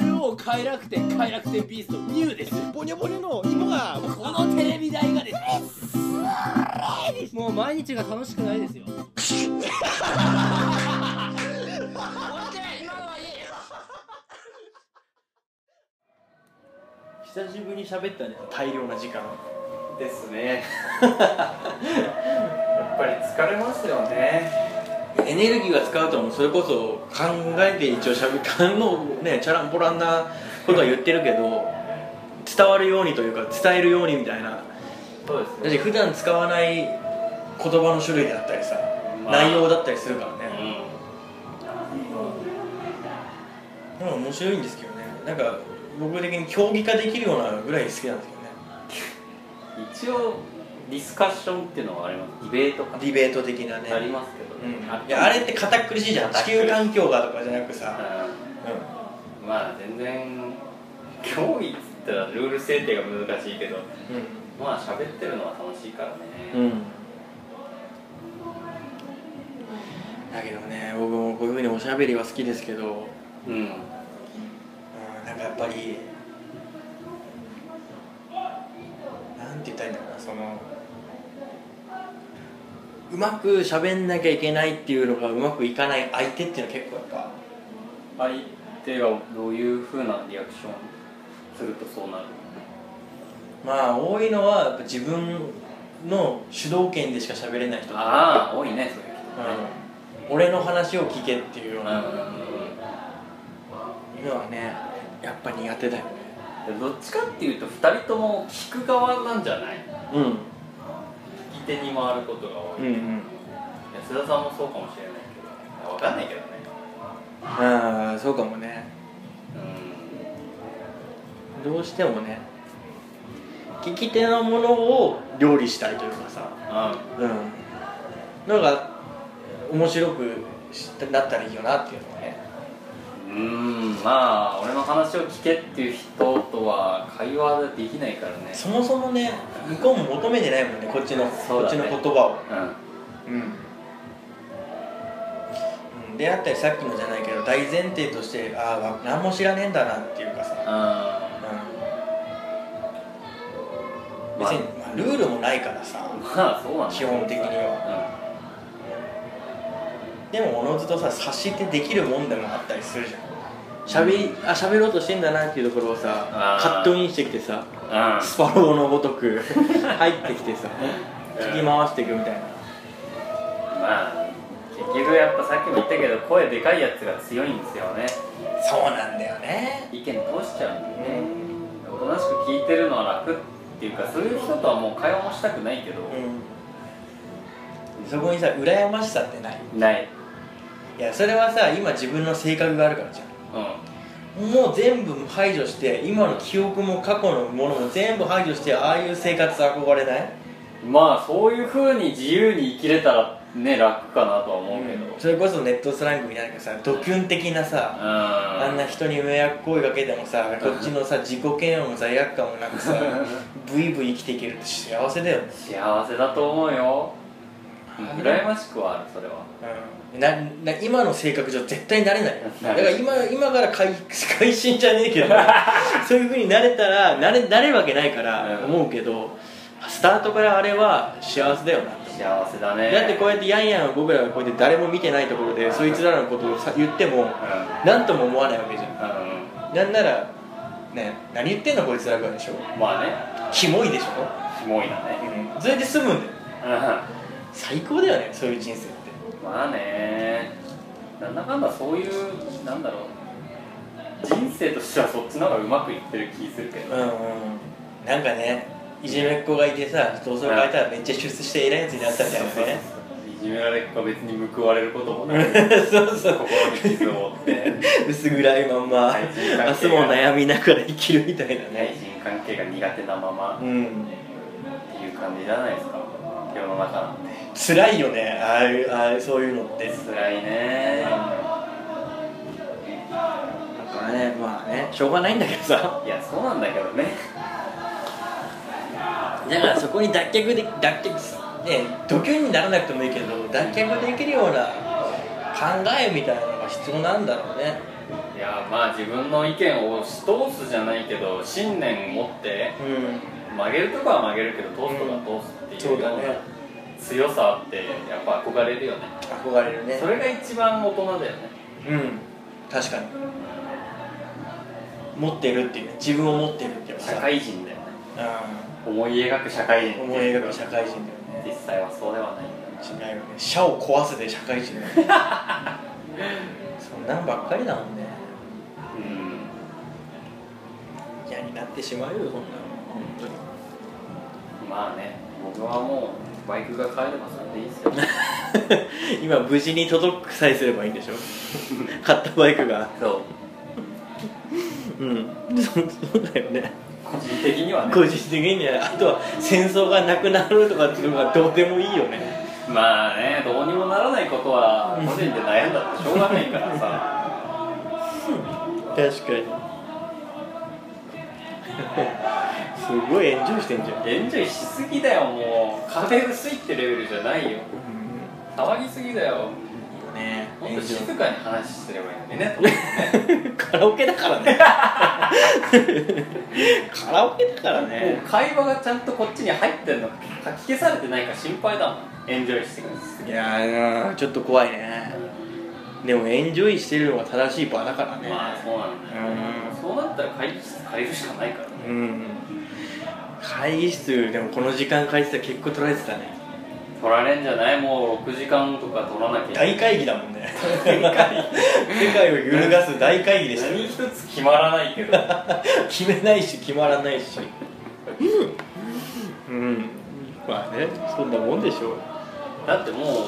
超快楽天快楽天ビーストニューですボニョボニョの芋がこのテレビ台がですねもう毎日が楽しくないですよ久しぶりに喋ったね大量な時間ですねやっぱり疲れますよねエネルギーが使うともうそれこそ考えて一応しゃべっ のねチャランポランなことは言ってるけど伝わるようにというか伝えるようにみたいなそうですだし普段使わない言葉の種類であったりさ、まあ内容だったりするからね、でうも面白いんですけどねなんか僕的に競技化できるようなぐらい好きなんですけどねん一応ディスカッションっていうのはありますディベートかディベート的なねありますけど、うん、あいやあれって堅苦しいじゃん堅地苦しい球環境がとかじゃなくさ、ううんまあ全然競技っつったらルール制定が難しいけどんまあ喋ってるのは楽しいからね、うんうんだけどね僕もこういうふうにおしゃべりは好きですけど、ううんん、なんかやっぱりなんて言ったらいいんだろうなそのうまく喋んなきゃいけないっていうのがうまくいかない相手っていうのは結構やっぱ相手がどういうふうなリアクションするとそうなるまあ多いのはやっぱ自分の主導権でしか喋れない人ああ多いねそういう人うん、俺の話を聞けっていうよううんなうんのはねやっぱ苦手だよねうんどっちかっていうと2人とも聞く側なんじゃないうん聞き手に回ることが多い、うんうん安田さんもそうかもしれないけど分かんないけどねああそうかもねうんどうしてもね聞き手のものを料理したいというかさあうんのが面白くしたなったらいいよなっていうのはねうんまあ俺の話を聞けっていう人とは会話できないからねそもそもね向こうも求めてないもんねこっちの、そこうっだちのね言葉をうんうん、であったりさっきのじゃないけど大前提としてああわ何も知らねえんだなっていうかさ、あうん、ま別に、あまあ、ルールもないからさまあそうなんだ基本的にはでもおのずとさ察してできるもんでもあったりするじゃんしゃべりあ喋ろうとしてんだなっていうところをさあーカットインしてきてさうん、うん、スパローのごとく 入ってきてさ聞き回していくみたいなまあ結局やっぱさっきも言ったけど声でかいやつが強いんですよねそうなんだよね意見通しちゃうんでねおとなしく聞いてるのは楽っていうかそういう人とはもう会話もしたくないけど、うん、そこにさ羨ましさってないないいやそれはさ今自分の性格があるからじゃんうんもう全部排除して今の記憶も過去のものも全部排除してああいう生活憧れないまあそういうふうに自由に生きれたらね楽かなとは思うけど、うんそれこそネットスラングみたいなのがさドキュン的なさあんな人に迷惑行為かけてもさこっちのさ自己嫌悪も罪悪感もなくさブイブイ生きていけるって幸せだよね幸せだと思うようんあ羨ましくはあるそれはうんなな今の性格上絶対なれないよだから今今から改 改心じゃねえけど そういうふうになれたらなれなれるわけないからうん思うけど、スタートからあれは幸せだよな幸せだねだってこううやってヤンヤンは僕らがこうやって誰も見てないところでそいつらのことをさ言ってもんうん何とも思わないわけじゃんなんならね何言ってんのこいつらぐらいでしょまあねキモいでしょ、キモいなねそれで済むんだよう最高だよねそういう人生ってんまあねなんだかんだそういうなんだろう人生としてはそっちの方がうまくいってる気するけどうんうんなんかねいじめっ子がいてさ同窓会いたらめっちゃ出世して偉いやつになったみたいなねいじめられっ子別に報われることもない そうそう心に傷を負って薄暗いまんま対人関係が明日も悩みながら生きるみたいな対ね人関係が苦手なままうんっていう感じじゃないですか世の中なんて辛いよねああいうああいうそういうのってだ辛いねからねまあねしょうがないんだけどさいやそうなんだけどねだからそこに脱却で脱却すね度胸にならなくてもいいけど脱却できるような考えみたいなのが必要なんだろうねいやまあ自分の意見を押し通すじゃないけど信念を持ってうん曲げるとかは曲げるけど通すとかは通すっていそううようだなね強さってやっぱ憧れるよね憧れるねそれが一番大人だよねうん確かに持ってるっていうね自分を持ってるっていうか社さ会人だよねう思い描く社会人ん思い描く社会人だよね実際はそうではない違うよね社を壊すで社会人だよねそんなんばっかりだもんねうん嫌になってしまうよそんなの本当にまあね僕はもうバイクが買えればそれでいいですよ 今無事に届くさえすればいいんでし ょ買ったバイクがそううんそそうだよね個人的にはね個人的にはあとは戦争がなくなるとかっていうのがどうでもいいよねまあねどうにもならないことは個人で悩んだってしょうがないからさ確かに すごい炎上してんじゃん、エンジョイしすぎだよもう壁薄いってレベルじゃないよ騒ぎすぎだよねもっと静かに話すればいいのにね カラオケだからねカラオケだから ねもう会話がちゃんとこっちに入ってんのかき消されてないか心配だもんエンジョイしてくれすいぎやーちょっと怖いねでもエンジョイしてるのが正しい場だからね、まあそうなんだよ、うんそうなったら会議室変えるしかないからねうん会議室でもこの時間会議室は結構取られてたね取られんじゃないもう6時間とか取らなきゃ大会議だもんね大会議世界を揺るがす大会議でした何ね一つ決まらないけど決めないし決まらないしうんまあねそんなもんでしょうだってもうずっ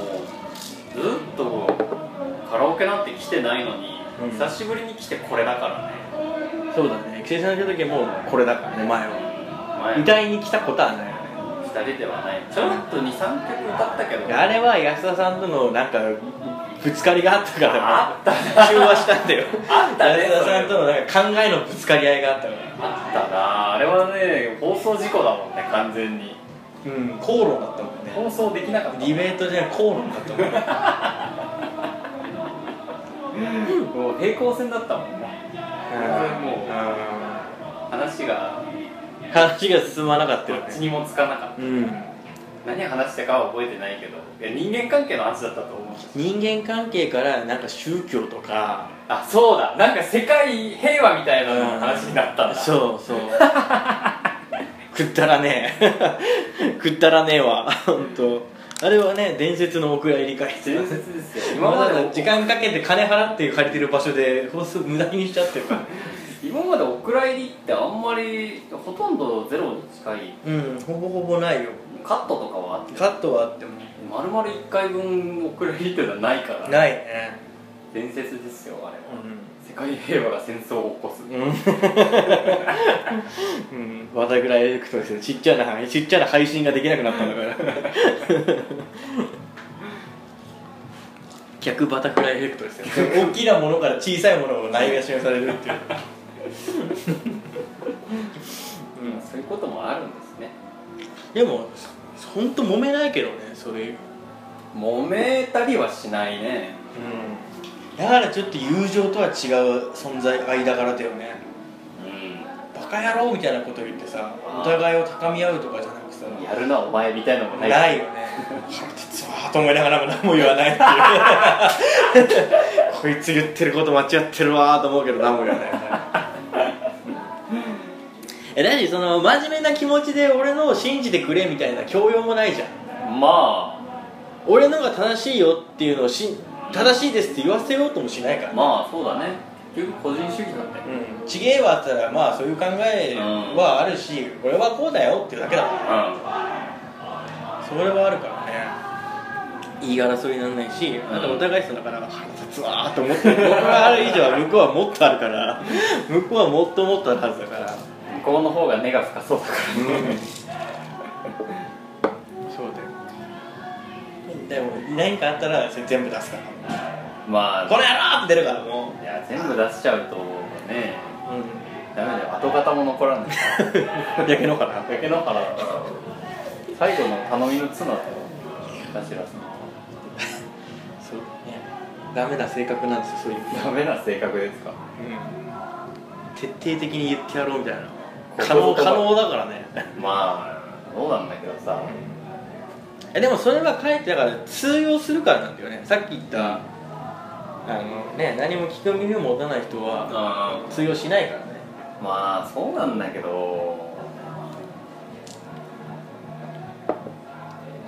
とカラオケなんて来てないのに、うん久しぶりに来てこれだからねそうだね帰省された時はもうこれだからね前は前歌いに来たことはないよ2人ではないちょろっと23曲歌ったけどねあれは安田さんとのなんかぶつかりがあったからあった中和したんだよあったね安田さんとのなんか考えのぶつかり合いがあったからあったなあれはね放送事故だもんね完全にうん口論だったもんね放送できなかったディベートじゃない口論だったもんねもう平行線だったもんねうん話が話が進まなかったどよっちねにもつかなかったうん何話したかは覚えてないけどいや人間関係の話だったと思う人間関係からなんか宗教とかあそうだなんか世界平和みたいなのの話になったんだ、そうそうくったらねえくったらねえわ本当あれはね伝説のお蔵入り会伝説ですよ今今ままでで時間かけて金払って借りてる場所で放送無駄にしちゃってるから今までお蔵入りってあんまりほとんどゼロに近いうんほぼほぼないよカットとかはあってカットはあっても丸々1回分お蔵入りっていうのはないからないね伝説ですよあれうは、世界平和が戦争を起こす、ん、うん、話題ぐらいエレクトですよちっちゃな範囲ちっちゃな配信ができなくなったんだから逆バタフライエフェクトですよ大きなものから小さいものをないがしろにされるっていう、うんそういうこともあるんですねでも本当揉めないけどねそういう、揉めたりはしないねうん、だからちょっと友情とは違う存在間柄だよねうバカ野郎みたいなこと言ってさお互いを高み合うとかじゃなくさんやるなお前みたいなのもないないよね腹立つわと思いながらも何も言わないっていう こいつ言ってること間違ってるわと思うけど何も言わないえだしその真面目な気持ちで俺のを信じてくれみたいな教養もないじゃんま俺のが正しいよっていうのをし正しいですって言わせようともしないからあまあそうだね結局個人主義なんだようん、ちげえわって言ったらまあそういう考えはあるし、俺はこうだよっていうだけだからそれはあるからね言い争いにならないし、んあとお互い様だから腹立つわーと思って僕がある以上は向こうはもっとある から向こうはもっともっとあるはずだからうん向こうの方が根が深そうだからそうだよでも何かあったらそれ全部出すから「 まあこの野郎!」って出るからもいや全部出しちゃうとねう、ダメだよ跡形も残らないうん、焼け野原 焼け野原だから最後の頼みの綱だよ頭さんそうだねダメな性格なんですよそういう意味でダメな性格ですか徹底的に言ってやろうみたいな可言葉能可能だからねまあそうなんだけどさ えでもそれは書いてだから通用するからなんだよねさっき言ったあのね何も聞く耳を持たない人はあ通用しないからねまあそうなんだけど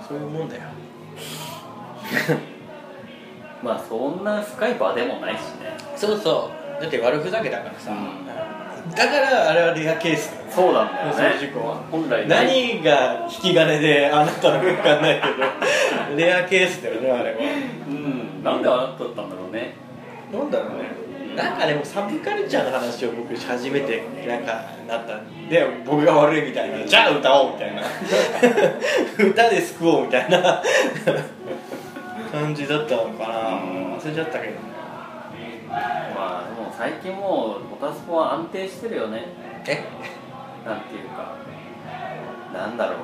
そういうもんだよまあそんな深い場でもないしねそうそうだって悪ふざけだからさ、うだからあれはレアケースだよねそうなんだよねそういう事故は本来ない何が引き金であなたの分かんないけど レアケースだよねあれはうんなんで笑っとったんだろうねなんだろうねなんかでもサブカルチャーの話を僕し始めてなんかなったんで僕が悪いみたいなじゃあ歌おうみたいな歌で救おうみたいな感じだったのかなうん忘れちゃったけどねまあでも最近もうボタスポは安定してるよねえなんていうかなんだろう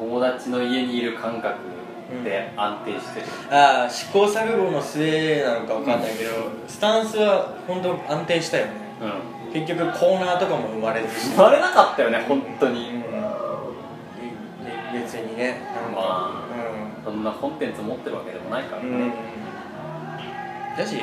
友達の家にいる感覚で安定してる、ああ試行錯誤の末なのかわかんないけど、スタンスは本当安定したよねうん結局コーナーとかも生まれずし生まれなかったよね本当に、別にねなんかまそんなコンテンツ持ってるわけでもないからうね、ん、うん、だし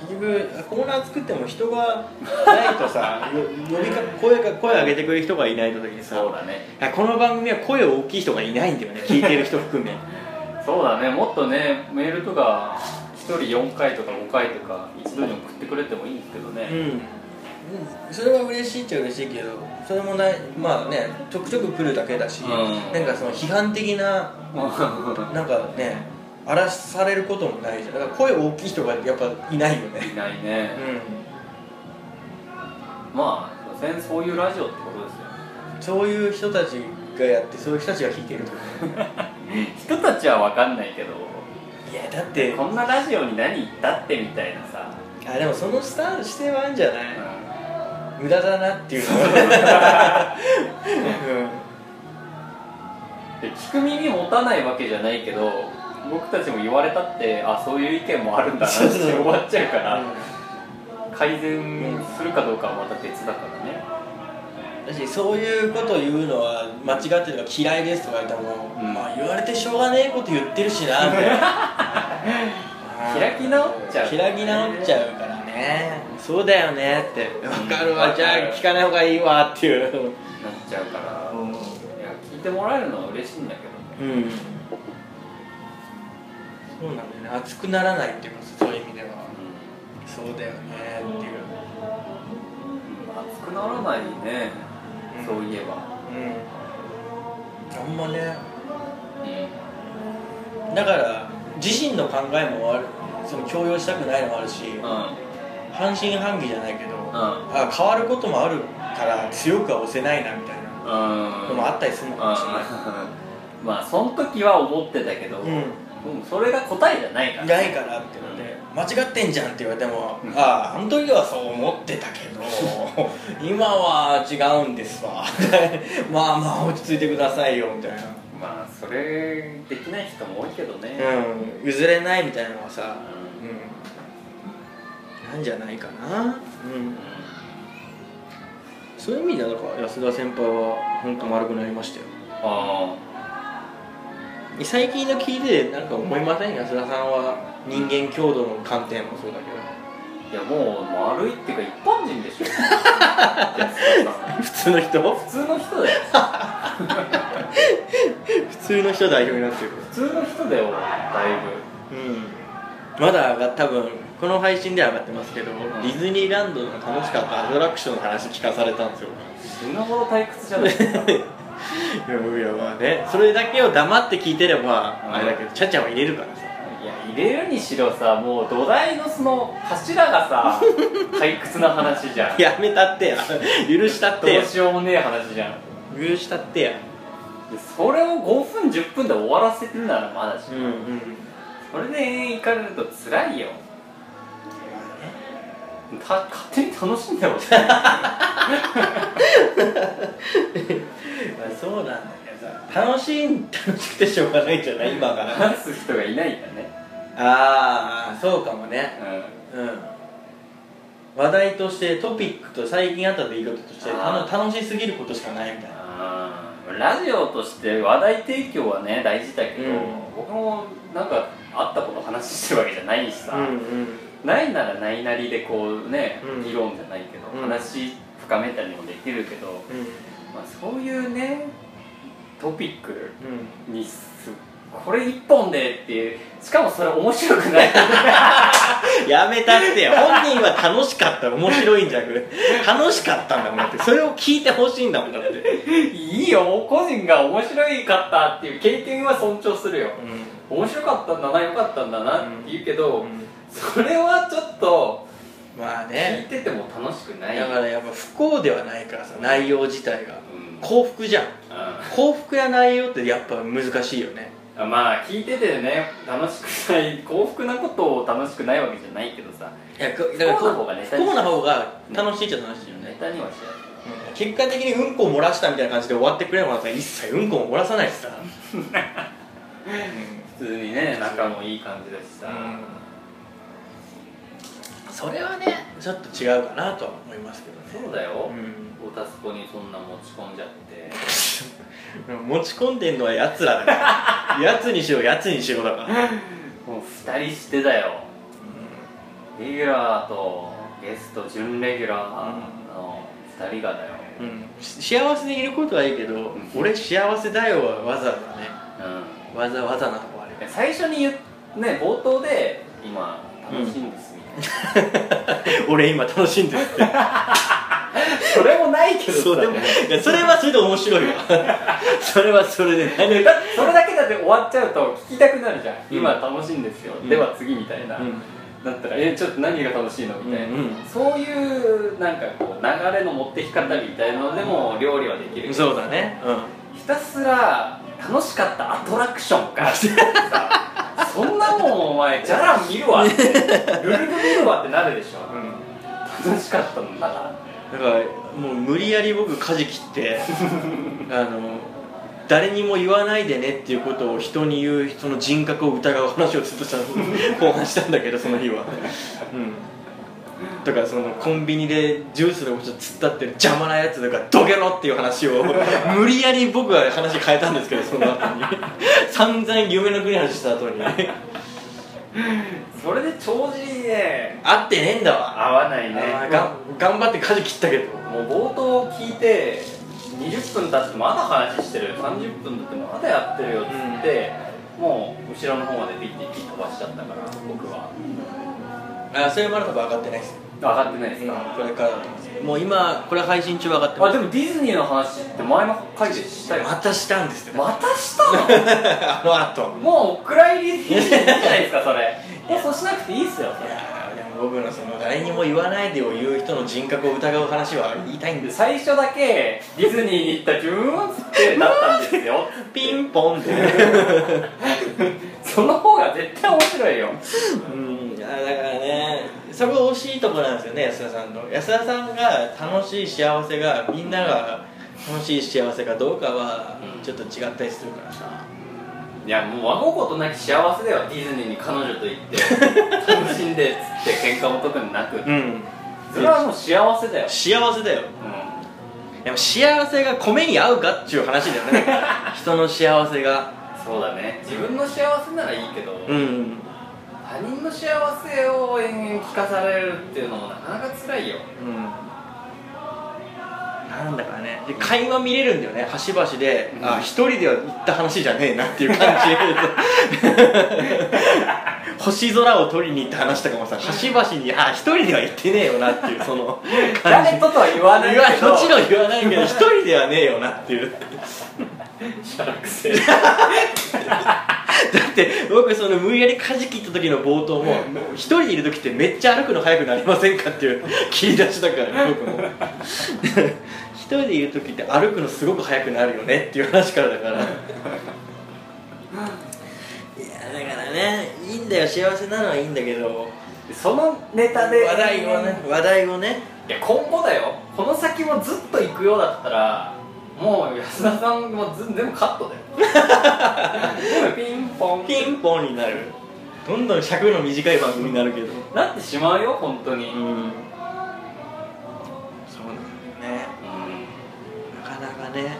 結局コーナー作っても人がないとさ よ呼びか声が声上げてくれる人がいない時にさそうだねあこの番組は声大きい人がいないんだよね聞いてる人含 めそうだねもっとねメールとか1人4回とか5回とか一度に送ってくれてもいいんですけどね、うんそれは嬉しいっちゃ嬉しいけどそれもないまあねちょくちょく来るだけだし、うんなんかその批判的ななんかね荒らされることもないじゃんだから声大きい人がやっぱいないよねいないね、うまあ所詮そういうラジオってことですよんそういう人たちがやってそういう人たちが聞いてると人たちは分かんないけど いやだってこんなラジオに何言ったってみたいなさ、あでもそのスタンス姿勢はあるんじゃないうん無駄だなっていうのは で聞く耳持たないわけじゃないけど僕たちも言われたってあそういう意見もあるんだなってそうそう終わっちゃうから、う改善するかどうかはまた別だからねんだしそういうことを言うのは間違ってるとか嫌いですとか言ったらもう、うんまあ言われてしょうがねえこと言ってるしなみ たいなうん開き直っちゃう開き直っちゃうからねそうだよねって分かるわわかるじゃあ聞かない方がいいわっていうなっちゃうから、いや聞いてもらえるのは嬉しいんだけどねうんそうなんだよね熱くならないっていうかそういう意味ではそうだよねっていううん熱くならないね、うんそういえば、うんあんまねうだから自身の考えもあるその強要したくないのもあるしんうん半信半疑じゃないけど、んあ変わることもあるから強くは押せないなみたいなのもあったりするのかもしれないうんまあその時は思ってたけど、うんうんそれが答えじゃないからないからって言って間違ってんじゃんって言われても「あああの時はそう思ってたけど今は違うんですわ」 まあまあ落ち着いてくださいよ」みたいなまあそれできない人も多いけどね、うん譲れないみたいなのはさ、ううん、なんじゃないかな、うんう、そういう意味ではだから安田先輩は本当丸くなりましたよあ最近の聞いてなんか思いません安田さんは人間強度の観点もそうだけどーいやもう丸いっていうか一般人でし ょ安田さん普通の人普通の人だよ普通の人代表になってる普通の人だよだいうんまだ上が多分この配信では上がってますけど、ディズニーランドの楽しかったアトラクションの話聞かされたんですよぶ死ぬほど退屈じゃないですかいやいやまあねそれだけを黙って聞いてればうんあれだけどちゃちゃは入れるからさ いや入れるにしろさもう土台のその柱がさ 退屈な話じゃんやめた ってや許したってどやうしようもねえ話じゃん許したってやでそれを5分10分で終わらせてるならまだし、うんうんそれで延々行かれると辛いよた勝手に楽しんでほしいまあそうなん だけどさ楽しい楽しくてしょうがないじゃない今が話す人がいないんだねああそうかもねうんうん話題としてトピックと最近あった出来事としてああの楽しすぎることしかないみたいなあーラジオとして話題提供はね大事だけど、うん僕もなんか会ったこと話してるわけじゃないしさ、んないならないなりでこうね、うん議論じゃないけど、うん話深めたりもできるけど、まあ、そういうねトピックうにすこれ一本でっていうしかもそれ面白くない ん、やめたって本人は楽しかった面白いんじゃなくて楽しかったんだもんだってそれを聞いてほしいんだもんだって、いいよ個人が面白いかったっていう経験は尊重するよう面白かったんだな良かったんだなって言うけど、ん、それはちょっとまあ聞いねてても楽しくないだからやっぱ不幸ではないからさ内容自体がうん幸福じゃんあ幸福や内容ってやっぱ難しいよねまあ聞いててね楽しくない幸福なことを楽しくないわけじゃないけどさいやだからこう不幸な方が楽しいっちゃ楽しいよネね、タにはしうん結果的にうんこを漏らしたみたいな感じで終わってくればさ一切うんこも漏らさないしさ、ない普通にね仲もいい感じだしさ、それはねちょっと違うかなとは思いますけどねそうだよ、うおたすこにそんな持ち込んじゃってん持ち込んでんのはやつらだから やつにしろやつにしろだからもう2人してだよレギュラーとゲスト準レギュラーの2人がだよ、うんし幸せでいることはいいけど「ん俺幸せだよ」はわざわざねうんわざわざなとこあるよ最初に言っね冒頭で今楽しいんですみたいな、俺今楽しんでるってそれもない けどそうでもいやそれはそれで面白いわ それはそれでねねだそれだけだって終わっちゃうと聞きたくなるじゃん、うん今楽しいんですよ、うんでは次みたいな、うんだったらえちょっと何が楽しいのみたいな、うんうんそういうなんかこう流れの持ってき方みたいなのでも料理はできるそうだねうんひたすら楽しかったアトラクション かってさそんなもんお前じゃらん見るわってルルル見るわってなるでしょ、楽しかったんだからだからもう無理やり僕舵切って あの誰にも言わないでねっていうことを人に言う人の人格を疑う話をずっとした の後半したんだけどその日はうんとかそのコンビニでジュースのこと突っ立ってる邪魔なやつとかどけろっていう話 を無理やり僕は話変えたんですけどその後 に散々夢の国の話した後に会それで帳尻にねってねえんだわ合わないあーねが頑張って舵切ったけどもう冒頭聞いて20分経ってまだ話してる30分経ってまだやってるよっつって、もう後ろの方までビッて飛ばしちゃったから僕はあそれまだ多分上がってないです上がってないですか、これからだと思いますもう今これ配信中上がってまあすでもディズニーの話って前の回でしたよまたしたんですよまたしたの あの後 もうお蔵入りでいいじゃないですかそれもうそうしなくていいっすよそいれやーでも僕のその誰にも言わないでを言う人の人格を疑う話は言いたいんです最初だけディズニーに行った自分はつってだったんですよ ピンポンってその方が絶対面白いようんだからねそこ惜しいところなんですよね安田さんの安田さんが楽しい幸せがみんなが楽しい幸せかどうかはうんちょっと違ったりするからさいやもう和心なき幸せではディズニーに彼女と行って楽しんでっつって喧嘩も特になくうんそれはもう幸せだよ、幸せだようでも幸せが米に合うかっていう話だよ ね人の幸せがん、そうだね自分の幸せならいいけど、うん他人の幸せを延々聞かされるっていうのもなかなか辛いようんなんだかねで会話見れるんだよね端々で、うんあ一人では行った話じゃねえなっていう感じ 星空を撮りに行った話とかもさ端々にあ一人では行ってねえよなっていうその感じ誰ととは言わない言わけどもちろん言わないけど一人ではねえよなっていうだしゃらくせえって僕その無理やり舵切った時の冒頭も一人でいる時ってめっちゃ歩くの速くなりませんかっていう 切り出しだからね僕も一人でいる時って歩くのすごく速くなるよねっていう話からだからいやだからねいいんだよ幸せなのはいいんだけどそのネタで話題をね話題をねいや今後だよこの先もずっと行くようだったらもう安田さん もず全部カットだよでもピンポンピンポンになるどんどん尺の短い番組になるけどなってしまうよ本当に、うんんそうなんだよねなかなかね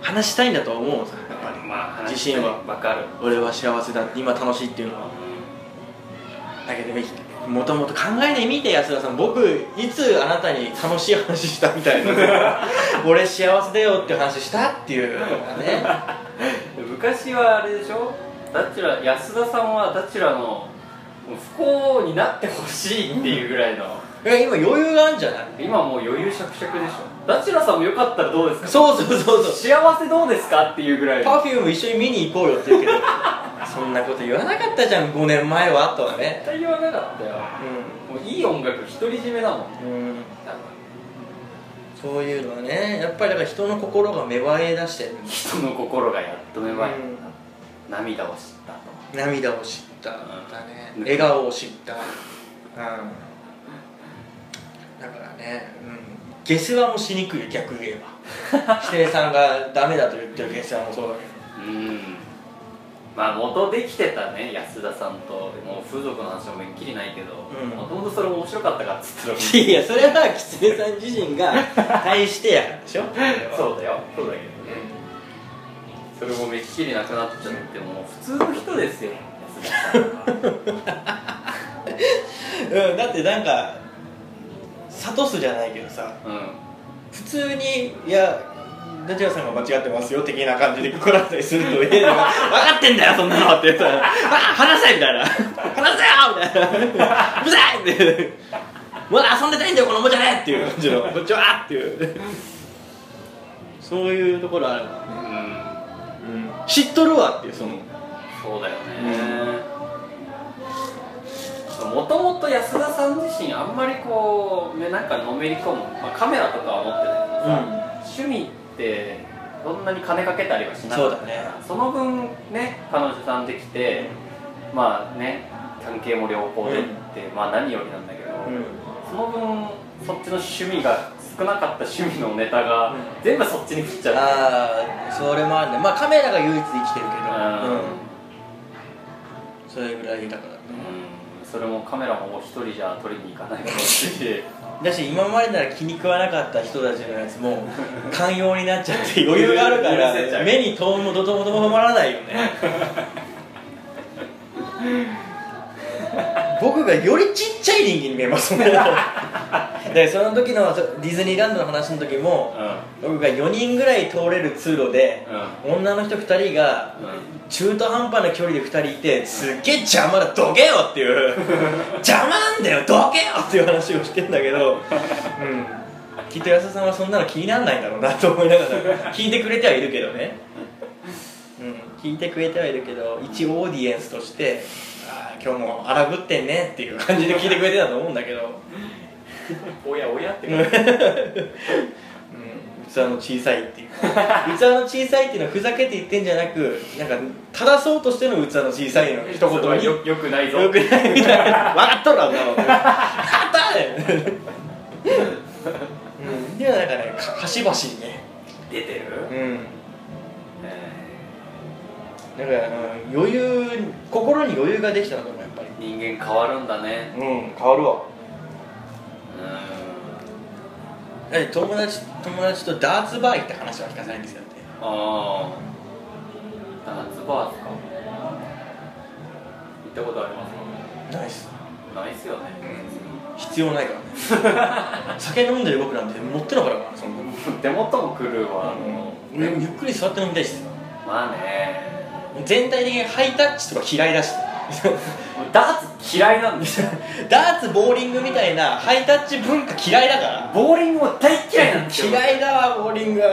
話したいんだとは思うさやっぱり、まあ自信は分かる俺は幸せだって今楽しいっていうのはだけどもともと考えてみて安田さん僕いつあなたに楽しい話したみたい な俺幸せだよって話したっていうのがね昔はあれでしょダチュラ安田さんはダチュラの不幸になってほしいっていうぐらいの、いや今余裕があるんじゃない今もう余裕しゃくしゃくでしょダチュラさんもよかったらどうですかそうそうそうそう幸せどうですかっていうぐらいパフューム一緒に見に行こうよって言うけどそんなこと言わなかったじゃん5年前はとはね絶対言わなかったよもういい音楽独り占めだもんうん、うん、そういうのはねやっぱりだから人の心が芽生え出してる人の心がやっと芽生えうんた涙を知ったと涙を知っただねうん笑顔を知ったうんだからね、うん、ゲスはもしにくいよ逆芸 は指定さんがダメだと言ってるゲスはもそうだけどうんまあ元できてたね安田さんともう風俗の話もめっきりないけどうんもともとそれ面白かったかっつったら いやそれは狐さん自身 が対してやでしょそうだよそうだけどねそれもめっきりなくなっちゃってもう普通の人ですよ安田さん はうん、だってなんか諭すじゃないけどさうん普通に「いやダチュラさんが間違ってますよ」的な感じで来られたりすると「え え分かってんだよそんなの」って言ったら「あ話せ!」みたいな「話せよ!」みたいな「うるさい!」ってまだ遊んでないんだよこのおもちゃねっていう感じのこっちはっていうそういうところあるわね、うん知っとるわっていうそのそうだよねもともと安田さん自身あんまりこうねなんかのめり込む、まあ、カメラとかは持ってないけどさ、趣味ってそんなに金かけたりはしなかったかそうだらねその分ね彼女さんできて、まあね関係も良好でって、まあ何よりなんだけど、その分そっちの趣味が少なかった趣味のネタが、うん全部そっちに振っちゃうああそれもあるねまあカメラが唯一生きてるけど、うんそれぐらいだからうんそれもカメラも一人じゃ撮りに行かないだろうしだし今までなら気に食わなかった人たちのやつも寛容になっちゃって余裕があるか許せちゃらう目にともどともとも止まらないよね僕がよりちっちゃい人間に見えますもんね でその時のディズニーランドの話の時もう僕が4人ぐらい通れる通路で女の人2人がん、うん中途半端な距離で2人いてすっげえ邪魔だどけよっていう 邪魔なんだよどけよっていう話をしてんだけど、うん、きっと安田さんはそんなの気にならないんだろうなと思いながら聞いてくれてはいるけどね、うん、聞いてくれてはいるけど一オーディエンスとしてあー今日も荒ぶってんねっていう感じで聞いてくれてたと思うんだけど、 おやおやってうん、器感じの小さいっていう器の小さいっていうのはふざけて言ってんじゃなくなんか正そうとしての器の小さいの一それは言によよくないぞよくないみたいな分かっとるわもう分かったねうんではなんかねか端々にね出てる、うんえだから、うん、余裕心に余裕ができたのかもやっぱりー人間変わるんだねうん変わるわうんだって友達友達とダーツバー行って話は聞かせないんですよってああダーツバーですか行ったことありますナイスかないっすよね、必要ないからね酒飲んでる僕なんて持ってなかったからそんなの手元も来るわ、あの俺もゆっくり座って飲みたいしまあね全体的にハイタッチとか嫌いだしダーツ嫌いなんですよダーツボーリングみたいなハイタッチ文化嫌いだからボーリングも大嫌いなんですよ嫌いだわボーリングボ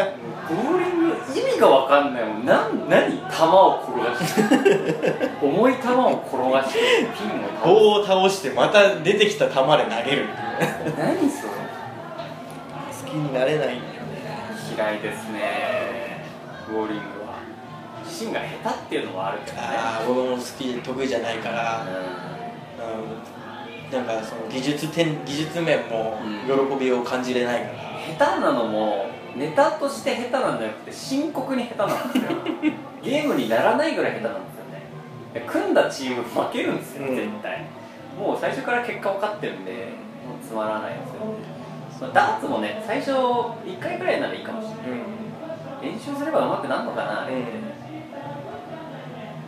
ーリング意味が分かんないもんなん何球を転がして重い球を転がしてピンを倒棒を倒してまた出てきた球で投げるす何それ好きになれないんだよね嫌いですねボーリングは芯が下手っていうのもあるけどねああ僕も好き得意じゃないから、うん、なんかその技術点技術面も喜びを感じれないから、うん下手なのもネタとして下手なんじゃなくて深刻に下手なんですよゲームにならないぐらい下手なんですよねで組んだチーム負けるんですよ、うん絶対もう最初から結果分かってるんでもうつまらないんですよまあダーツもね最初1回ぐらいならいいかもしれない練習すれば上手くなるのかなあれって、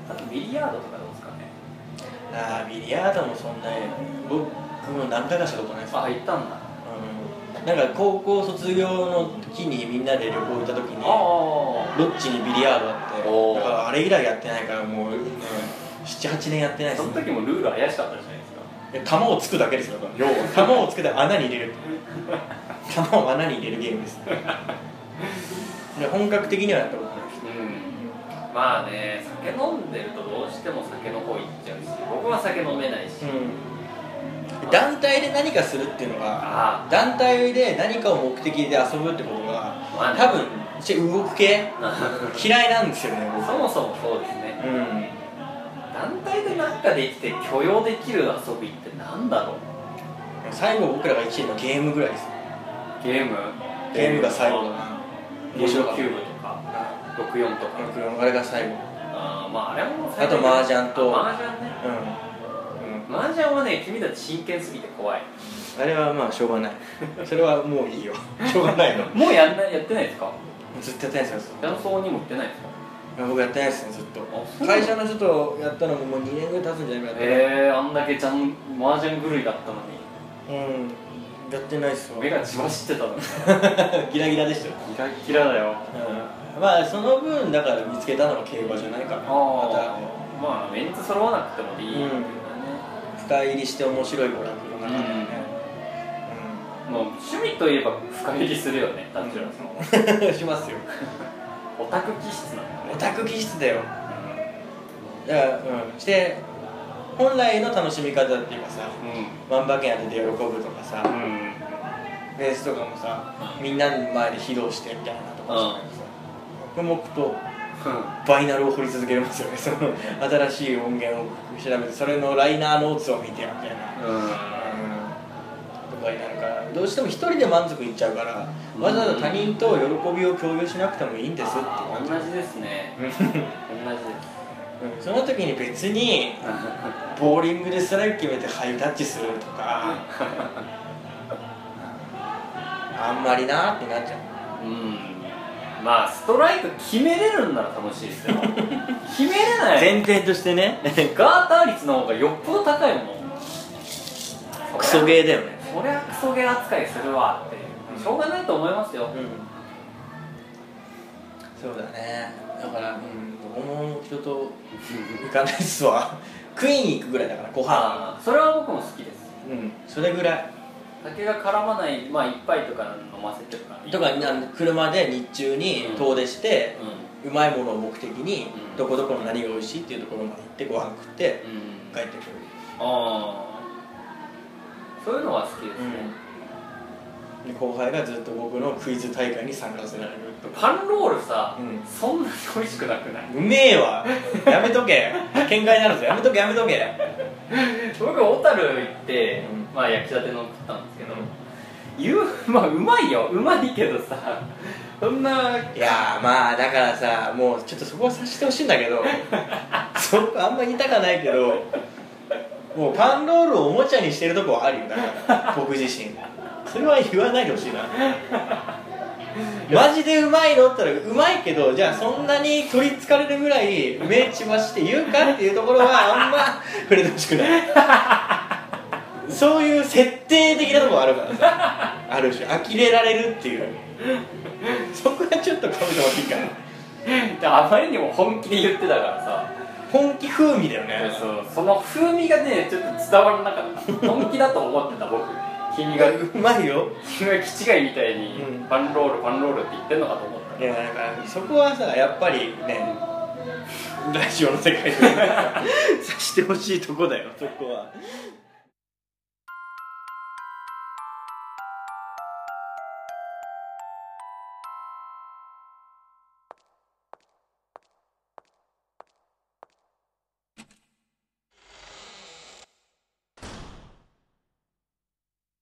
あとビリヤードとかどうですかねああビリヤードもそんなに僕も何回かしたことないですあ行ったんだあうんなんか高校卒業の時にみんなで旅行行った時にロあッチにビリヤードあっておーだからあれ以来やってないからもう、ね、78年やってないでそすの時もルール怪しかったじゃないですかで玉をつくだけですよ要は玉をつけて穴に入れる玉を穴に入れるゲームですで本格的にはやったことないですうんまあね酒飲んでるとどうしても酒の方行っちゃうし僕は酒飲めないし、うん団体で何かするっていうのがあ団体で何かを目的で遊ぶってことがまあね多分ち動く系あ嫌いなんですよね そもそもそうですね僕うん団体で何かできて許容できる遊びってなんだろう最後僕らが生きてるのはゲームぐらいですゲームゲームが最後だなゲ面ー白ムかキったューブとか64とかうんあれが最後あーまああれもあと麻雀と麻雀ねうん、うん麻雀はね君たち真剣すぎて怖いあれはまあしょうが ないそれはもういいよしょうがないのもうやんないやってないですかずっとやってないですよ雀荘にも行ってないですか僕やってないですねずっとそう会社の人とやったのももう2年ぐらい経つんじゃないかなえー、あんだけじゃん麻雀狂いだったのにうんやってないっすわ目が血走ってたのに ギラギラでしたよ、キラキラだようん、まあその分だから見つけたのが競馬じゃないかなあまあまあメンツ揃わなくてもいいっていうかね、た深入りして面白い娯楽の中でね、もう趣味といえば深入りするよね単純にそのうんしますよオタク気質なの オタク気質だよいやうんして本来の楽しみ方っていうかさう万馬券当てて喜ぶとかさ、んうんベースとかもさみんなの前で披露してみたいなとかさ黙々とバイナルを掘り続けますよねその新しい音源を調べてそれのライナーノーツを見てみたいなとかになるからどうしても一人で満足いっちゃうからわざわざ他人と喜びを共有しなくてもいいんですってあー同じですね同じですうんその時に別にボーリングでストライク決めてハイタッチするとかあんまりなってなっちゃううんまあストライク決めれるんなら楽しいですよ決めれない前提としてねガーター率の方がよっぽど高いものクソゲーだよねそりゃクソゲー扱いするわっていうしょうがないと思います よ、うんそうだねだからうん僕も人と行かないっすわ食いに行くぐらいだからご飯あーそれは僕も好きですうんそれぐらい酒が絡まないまあ一杯とか飲ませてるからとかな車で日中に遠出して、ううまいものを目的に、うんどこどこの何が美味しいっていうところまで行ってご飯食ってん、うん、帰ってくる、ああそういうのは好きですね、で後輩がずっと僕のクイズ大会に参加せられるとかパンロールさ、うんそんなに美味しくなくないうめえわやめとけ喧嘩になるぞやめとけやめとけ僕小樽行って、うまあ焼きたての食ったんですけど、うん言うまあうまいようまいけどさそんないやーまあだからさもうちょっとそこは察してほしいんだけどそあんま言いたかないけどもうパンロールをおもちゃにしてるとこはあるよだから僕自身それは言わないでほしいなマジでうまいのって言ったらうまいけどじゃあそんなに取りつかれるぐらい目血ばして言うかっていうところはあんま触れてほしくないそういう設定的なところあるからさある種呆れられるっていうそこはちょっとかぶってほしいからあまりにも本気で言ってたからさ本気風味だよねそうその風味がねちょっと伝わらなかった本気だと思ってた僕君がうまいよ君が気違いみたいに、うんパンロールパンロールって言ってんのかと思ったいやだからそこはさやっぱり ねラジオの世界で察してほしいとこだよそこは。